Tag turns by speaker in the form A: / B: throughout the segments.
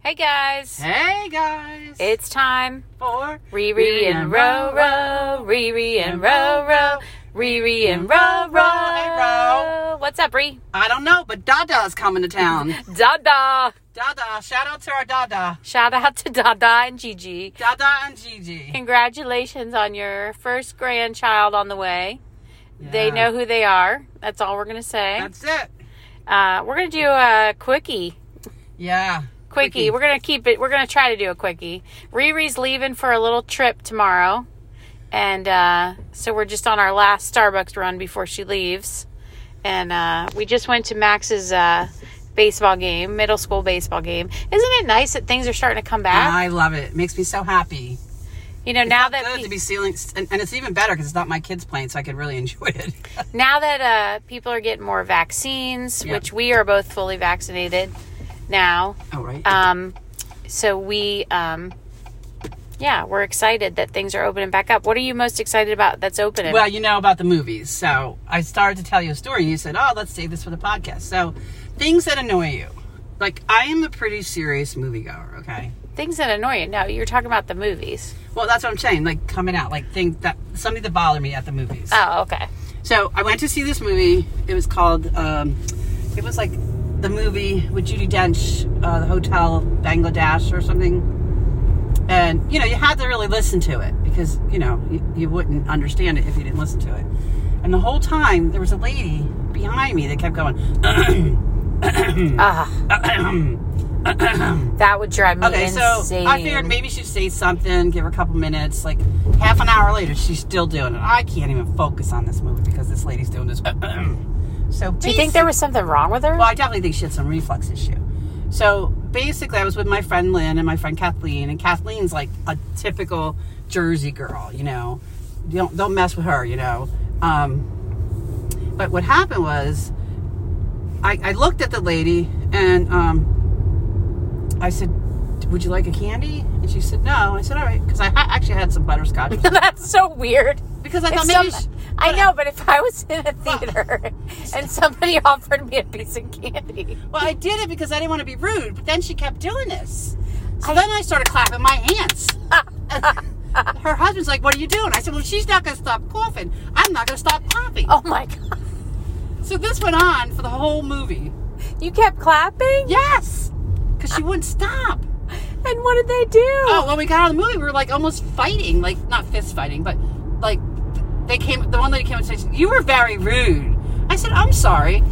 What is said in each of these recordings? A: Hey guys.
B: Hey guys!
A: It's time.
B: for
A: Riri and row row. Riri and row row. Riri and row
B: Hey,
A: row. What's up, Ree?
B: I don't know, but Dada's coming to town.
A: Dada.
B: Dada, shout out to our Dada.
A: Shout out to Dada and Gigi.
B: Dada and Gigi.
A: Congratulations on your first grandchild on the way. They
B: Yeah.
A: know who they are. That's all we're going to say.
B: That's it.
A: Uh, we're going to do a quickie.
B: Yeah.
A: Quickie.
B: Quickie.
A: We're going to keep it. We're going to try to do a quickie. Riri's leaving for a little trip tomorrow. And uh, so we're just on our last Starbucks run before she leaves. And uh, we just went to Max's uh, baseball game, middle school baseball game. Isn't it nice that things are starting to come back?
B: I love it. It makes me so happy.
A: you know, now
B: Felt
A: that
B: Uh-huh. good
A: pe-
B: to be sealing, and, and it's even better because it's not my kids playing, so I could really enjoy it.
A: now that uh, people are getting more vaccines,
B: Yeah.
A: which we are both fully vaccinated now,
B: oh right.
A: um, so we, um, yeah, we're excited that things are opening back up. What are you most excited about that's opening?
B: well, you know about the movies, so I started to tell you a story, and you said, "Oh, let's save this for the podcast." So, things that annoy you, like I am a pretty serious moviegoer. Okay.
A: Things that annoy you. No, you're talking about the movies.
B: Well, that's what I'm saying. Like coming out, like things that something that bother me at the movies.
A: Oh, okay.
B: So I went to see this movie. It was called. Um, it was like the movie with Judy Dench, uh, the Hotel Bangladesh or something. And you know, you had to really listen to it because you know you, you wouldn't understand it if you didn't listen to it. And the whole time there was a lady behind me that kept going.
A: Ah, that would drive me
B: okay,
A: insane.
B: so I figured maybe she'd say something, give her a couple minutes. Like half an hour later, she's still doing it. I can't even focus on this movie because this lady's doing this. so
A: Do you think there was something wrong with her?
B: Well, I definitely think she had some reflux issue. So basically, I was with my friend Lynn and my friend Kathleen, and Kathleen's like a typical Jersey girl, you know. You don't don't mess with her, you know. Um, but what happened was, I, I looked at the lady and um, I said, "Would you like a candy?" And she said, "No." I said, "All right," because I ha- actually had some butterscotch. or something.
A: That's so weird.
B: because I
A: If
B: thought maybe.
A: some-
B: she-
A: I know, but if I was in a theater and somebody offered me a piece of candy,
B: Well, I did it because I didn't want to be rude, but then she kept doing this. So
A: I-
B: then I started clapping my hands. And Her husband's like, What are you doing? I said, Well, she's not going to stop coughing. I'm not going to stop clapping.
A: oh my god,
B: So this went on for the whole movie.
A: you kept clapping.
B: Yes! Because she wouldn't stop.
A: And what did they do?
B: Oh, when we got out of the movie, we were like almost fighting. Like, not fist fighting, but like they came, the one lady came and said, You were very rude. I said, I'm sorry.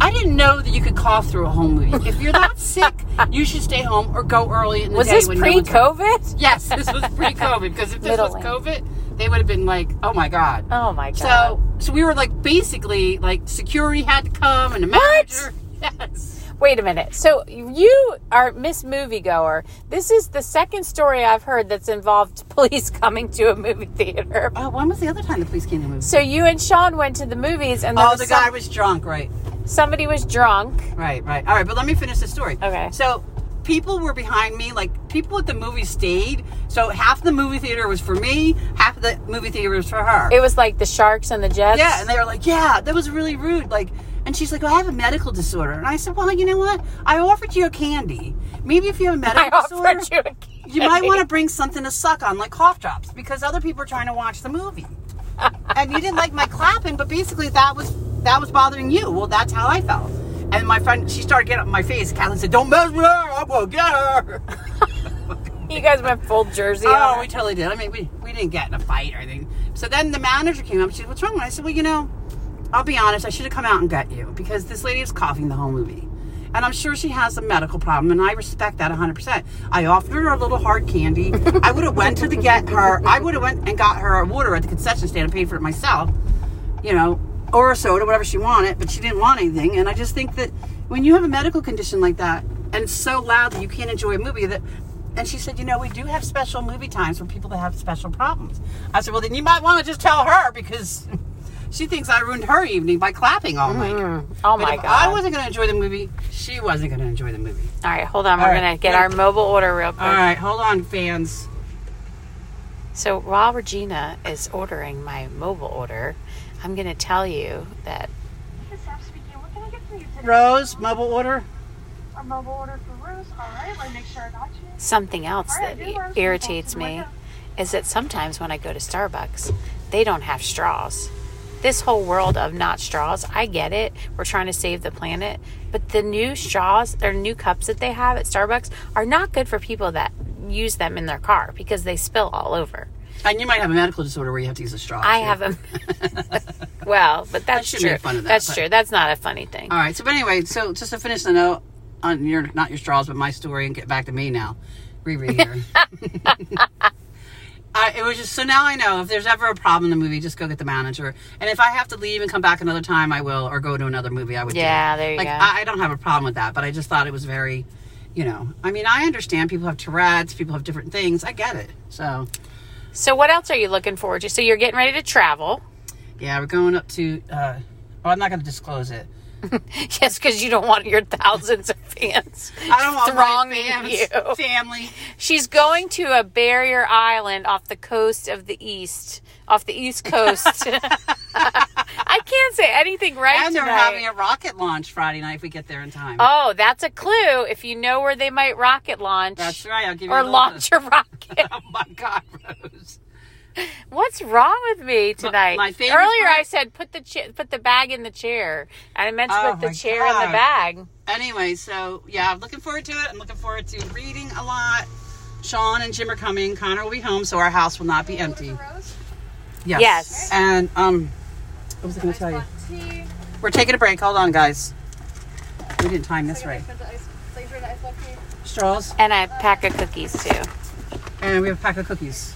B: I didn't know that you could cough through a whole movie. If you're that sick, you should stay home or go early in the
A: was
B: day.
A: this
B: when no one's-
A: pre-COVID?
B: Yes, this was pre-COVID because if this
A: Middle
B: was
A: lane.
B: COVID, they would have been like, "Oh my god."
A: Oh my god.
B: so, so we were like basically like security had to come and a manager. Yes.
A: wait a minute. So you are Miss Moviegoer. This is the second story I've heard that's involved police coming to a movie theater.
B: Oh, when was the other time the police came to move?
A: So you and Sean went to the movies, and there
B: Oh,
A: was
B: the
A: some-
B: guy was drunk, right?
A: somebody was drunk.
B: Right, right. All right, but let me finish the story.
A: Okay.
B: So people were behind me, like people at the movie stayed. So half the movie theater was for me, half the movie theater was for her.
A: It was like the Sharks and the Jets.
B: Yeah, and they were like, "Yeah, that was really rude." Like, and she's like, well, "I have a medical disorder," and I said, "Well, you know what? I offered you a candy. Maybe if you have a
A: I
B: medical disorder,
A: offered you a candy.
B: you might want to bring something to suck on, like cough drops, because other people are trying to watch the movie." and you didn't like my clapping, but basically that was that was bothering you. Well, that's how I felt. And my friend, she started getting up in my face. Kathleen said, "Don't mess with her. I'm gonna get her."
A: You guys went full Jersey. on
B: Oh,
A: her.
B: we totally did. I mean, we, we didn't get in a fight or anything. So then the manager came up. She said, "What's wrong?" And I said, "Well, you know, I'll be honest. I should have come out and got you because this lady was coughing the whole movie, and I'm sure she has a medical problem, and I respect that 100. percent I offered her a little hard candy. I would have went to the get her. I would have went and got her a water at the concession stand and paid for it myself. You know, or a soda, whatever she wanted, but she didn't want anything. And I just think that when you have a medical condition like that, and it's so loud that you can't enjoy a movie, that and she said, you know, we do have special movie times for people that have special problems. I said, well, then you might want to just tell her because she thinks I ruined her evening by clapping all night.
A: Oh
B: But
A: my
B: if
A: god.
B: I wasn't going to enjoy the movie. She wasn't going to enjoy the movie.
A: All right, hold on. We're
B: All right,
A: gonna get
B: yeah.
A: our mobile order real quick.
B: All right, hold on, fans.
A: So while Regina is ordering my mobile order, I'm going to tell you that
C: This is Sap speaking. What can I get for you today?
B: Rose, mobile order.
C: A mobile order for Rose.
A: Something else that irritates me is that sometimes when I go to Starbucks, they don't have straws. This whole world of not straws, I get it. We're trying to save the planet. But the new straws or new cups that they have at Starbucks are not good for people that use them in their car because they spill all over.
B: And you might have a medical disorder where you have to use a straw.
A: I
B: too.
A: have a well, but that's
B: shouldn't
A: true.
B: make fun of that,
A: that's
B: but-
A: true. That's not a funny thing.
B: All right. So, but anyway, so just to finish the note on your not your straws, but my story, and get back to me now, Riri here. I, it was just so now I know if there's ever a problem in the movie, just go get the manager. And if I have to leave and come back another time, I will, or go to another movie, I would. do
A: Yeah,
B: that.
A: there you
B: like,
A: go.
B: I, I don't have a problem with that, but I just thought it was very, you know, I mean, I understand people have Tourette's, people have different things. I get it. So,
A: So what else are you looking forward to? So you're getting ready to travel.
B: yeah, we're going up to. uh Oh, I'm not going to disclose it.
A: Yes, because you don't want your thousands of fans
B: I don't want
A: thronging
B: my
A: you.
B: fans, family.
A: She's going to a barrier island off the coast of the east, off the east coast. I can't say anything right
B: And they're
A: tonight.
B: having a rocket launch Friday night if we get there in time.
A: oh, that's a clue. If you know where they might rocket launch,
B: That's right. I'll give you
A: or
B: a little
A: launch a rocket.
B: Oh my God, Rose.
A: What's wrong with me tonight?
B: my favorite
A: Earlier,
B: part-
A: I said put the cha- put the bag in the chair, and I meant to
B: Oh
A: put the
B: my
A: chair in
B: God.
A: the bag.
B: Anyway, so yeah, I'm looking forward to it. I'm looking forward to reading a lot. Sean and Jim are coming. Connor will be home, so our house will not be empty. Yes.
A: Yes.
B: And um, what was I going to tell you? We're taking a break. Hold on, guys. We didn't time this right. Straws,
A: And a pack of cookies too.
B: and we have a pack of cookies.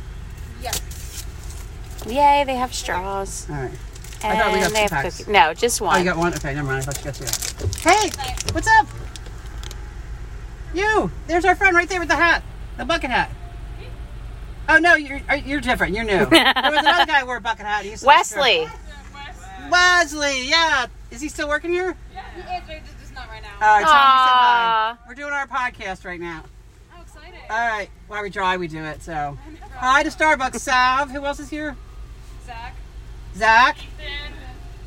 A: Yay, they have straws.
B: All right. I
A: And
B: thought we got
A: they
B: two
A: have
B: packs.
A: cookies. No, just
B: Oh, you
A: one.
B: got one? Okay, never mind. I thought you got two. Hey, what's up? You. There's our friend right there with the hat, the bucket hat. Oh no, you're are- you're different. You're new. there was another guy who wore a bucket hat. He used to work here.
A: Wesley.
B: Wesley. Yeah. Is he still working here?
C: He is, but it's just not right now.
B: Uh, Tommy, said hi.
A: Aw.
B: We're doing our podcast right now.
C: I'm excited.
B: All right. While we dry, we do it. So, hi to Starbucks. Sav. Who else is here?
C: Zach,
B: Zach.
C: Ben,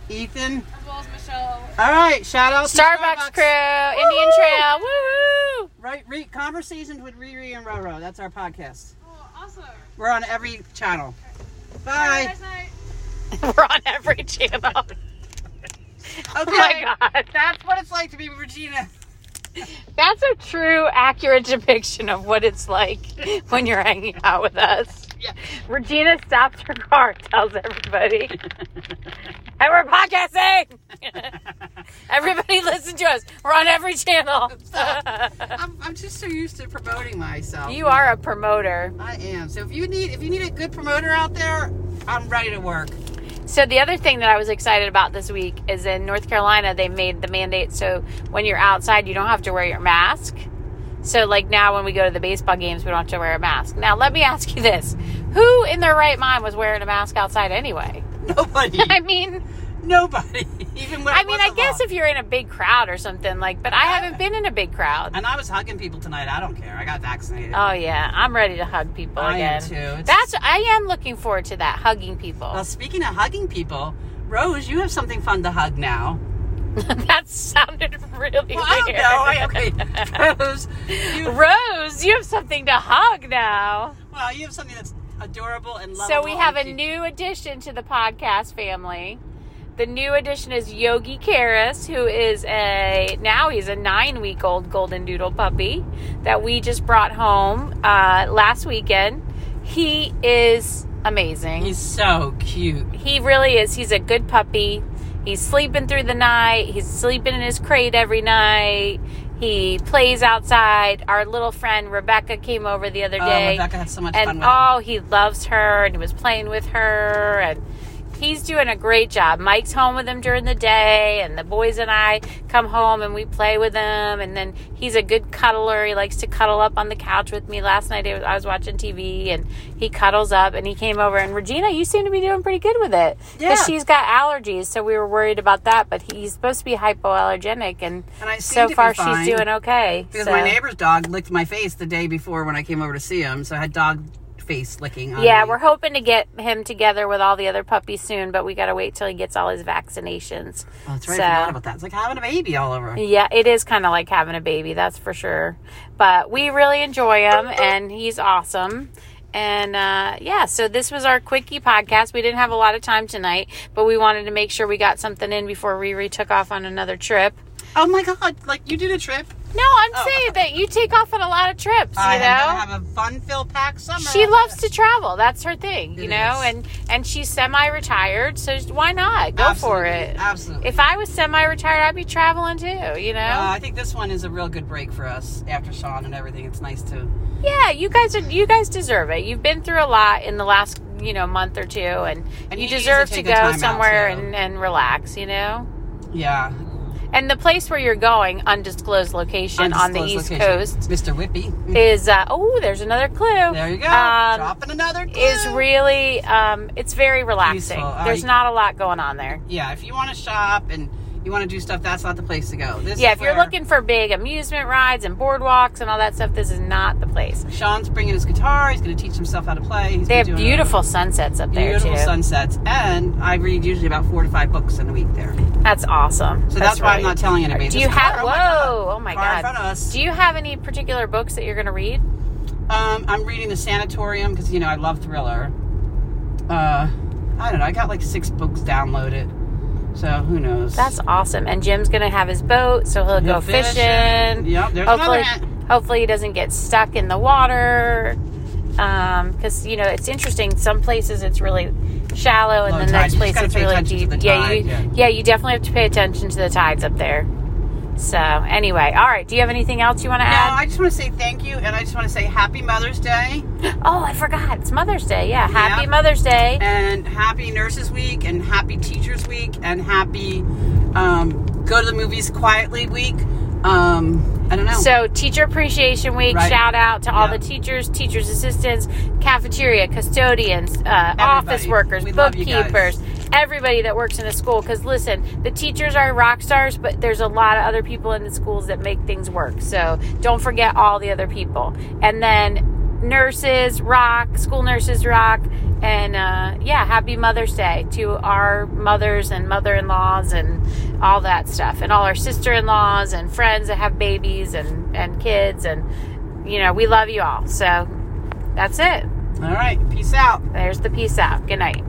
B: Ethan.
C: as well as Michelle.
B: All right. Shout out to
A: Starbucks crew, Indian Trail. Woo!
B: Right, re- conversations with Riri and Roro. That's our podcast.
C: Oh, awesome.
B: We're on every channel.
C: Have a
B: Bye.
C: nice night.
A: We're on every channel.
B: Okay.
A: Oh my god.
B: That's what it's like to be Regina.
A: That's a true, accurate depiction of what it's like when you're hanging out with us.
B: Yeah.
A: Regina stops her car, tells everybody, and we're podcasting. everybody listen to us. We're on every channel.
B: I'm, I'm just so used to promoting myself.
A: you are a promoter.
B: I am. So if you need if you need a good promoter out there, I'm ready to work.
A: So the other thing that I was excited about this week is in North Carolina they made the mandate so when you're outside you don't have to wear your mask. So like now when we go to the baseball games we don't have to wear a mask. Now let me ask you this. Who in their right mind was wearing a mask outside anyway?
B: Nobody.
A: I mean,
B: nobody. Even when
A: I
B: it
A: mean,
B: was
A: I
B: a
A: guess
B: lot.
A: if you're in a big crowd or something like, but I haven't been in a big crowd.
B: And I was hugging people tonight. I don't care. I got vaccinated.
A: Oh yeah, I'm ready to hug people
B: I am
A: again.
B: too. It's-
A: That's I am looking forward to that hugging people.
B: well, speaking of hugging people, Rose, you have something fun to hug now.
A: that sounded really
B: Well, I don't
A: weird.
B: know. I, okay, Rose, you
A: Rose, you have something to hug now.
B: Well, you have something that's adorable and lovable.
A: So we have a
B: and cute.
A: new addition to the podcast family. The new addition is Yogi Karras, who is a now he's a nine week old golden doodle puppy that we just brought home uh, last weekend. He is amazing.
B: He's so cute.
A: he really is. He's a good puppy. He's sleeping through the night. He's sleeping in his crate every night. He plays outside. Our little friend Rebecca came over the other
B: Oh,
A: day
B: Rebecca had so much fun
A: and
B: with him.
A: oh, he loves her and he was playing with her and he's doing a great job. Mike's home with him during the day and the boys and I come home and we play with him and then he's a good cuddler. He likes to cuddle up on the couch with me. Last night I was, I was watching TV and he cuddles up and he came over and Regina, you seem to be doing pretty good with it.
B: Yeah.
A: Cuz she's got allergies, so we were worried about that, but he's supposed to be hypoallergenic and,
B: And I seem
A: so
B: to be
A: far
B: fine.
A: she's doing okay.
B: Because
A: so.
B: my neighbor's dog licked my face the day before when I came over to see him, so I had dog face licking. On
A: Yeah,
B: me.
A: we're hoping to get him together with all the other puppies soon, but we got to wait till he gets all his vaccinations.
B: Oh, that's right.
A: So-
B: I forgot about that. It's like having a baby all over.
A: Yeah, it is kind of like having a baby, that's for sure. But we really enjoy him, and he's awesome. And uh, yeah, so this was our quickie podcast. We didn't have a lot of time tonight, but we wanted to make sure we got something in before Riri took off on another trip.
B: Oh my god! Like you did a trip.
A: No, I'm
B: Oh.
A: saying that you take off on a lot of trips, you
B: I am
A: know?
B: gonna have a fun-filled pack summer.
A: she loves to travel. That's her thing, you
B: It
A: know.
B: is.
A: And and she's semi-retired, so why not go for
B: Absolutely,
A: it?
B: Absolutely.
A: If I was semi-retired, I'd be traveling too, you know.
B: Uh, I think this one is a real good break for us after Sean and everything. It's nice to.
A: yeah, you guys are you guys deserve it. You've been through a lot in the last you know month or two, and,
B: And
A: you
B: he needs
A: deserve
B: to
A: to
B: take
A: go
B: a time out,
A: somewhere
B: too.
A: and and relax, you know.
B: Yeah.
A: And the place where you're going, undisclosed location on the East
B: Undisclosed location.
A: Coast,
B: Mr. Whippy.
A: is uh, oh, there's another clue.
B: There you go.
A: Um,
B: Dropping another clue.
A: is really um, it's very relaxing.
B: Useful. Uh,
A: There's
B: you-
A: not a lot going on there.
B: Yeah, if you want to shop and you want to do stuff, that's not the place to go. This
A: Yeah,
B: is
A: if you're
B: where
A: looking for big amusement rides and boardwalks and all that stuff, this is not the place.
B: Sean's bringing his guitar. He's going to teach himself how to play. He's
A: They
B: been
A: have
B: doing a-
A: beautiful sunsets up there
B: beautiful
A: too.
B: sunsets, and I read usually about four to five books in a week there.
A: That's awesome.
B: So that's, why I'm
A: really-
B: not telling anybody.
A: Do
B: There's
A: you
B: a car
A: have?
B: on my
A: Whoa!
B: front-
A: Oh my
B: car in front
A: god!
B: of us.
A: Do you have any particular books that you're going to read?
B: Um, I'm reading The Sanatorium because you know I love thriller. Uh, I don't know. I got like six books downloaded, so who knows?
A: That's awesome. And Jim's going to have his boat, so he'll
B: Go
A: go fishing.
B: fishing. Yep, there's another
A: hopefully,
B: hint.
A: hopefully he doesn't get stuck in the water. Because you know it's interesting. Some places it's really shallow, and
B: Low
A: the
B: tide.
A: next
B: You just
A: place
B: gotta
A: it's
B: pay
A: really
B: attention to
A: deep.
B: the
A: yeah,
B: tide,
A: you,
B: yeah.
A: yeah, you definitely have to pay attention to the tides up there. So anyway, all right. Do you have anything else you want to
B: no,
A: add?
B: I just want to say thank you, and I just want to say Happy Mother's Day,
A: oh, I forgot. It's Mother's Day. Yeah, happy
B: Yeah.
A: Mother's Day.
B: and Happy Nurses Week, and Happy Teachers Week, and Happy um, Go to the Movies Quietly Week. Um, I don't know.
A: So, Teacher Appreciation Week,
B: Right.
A: shout out to all
B: Yeah.
A: the teachers, teachers' assistants, cafeteria, custodians, uh, office workers,
B: We love you guys.
A: bookkeepers, everybody that works in a school. Because, listen, the teachers are rock stars, but there's a lot of other people in the schools that make things work. So, don't forget all the other people. And then, nurses rock, school nurses rock. And uh, yeah, happy Mother's Day to our mothers and mother in laws and all that stuff, and all our sister in laws and friends that have babies and, and kids. And, you know, we love you all. So that's it.
B: all right, peace out.
A: There's the peace out. Good night.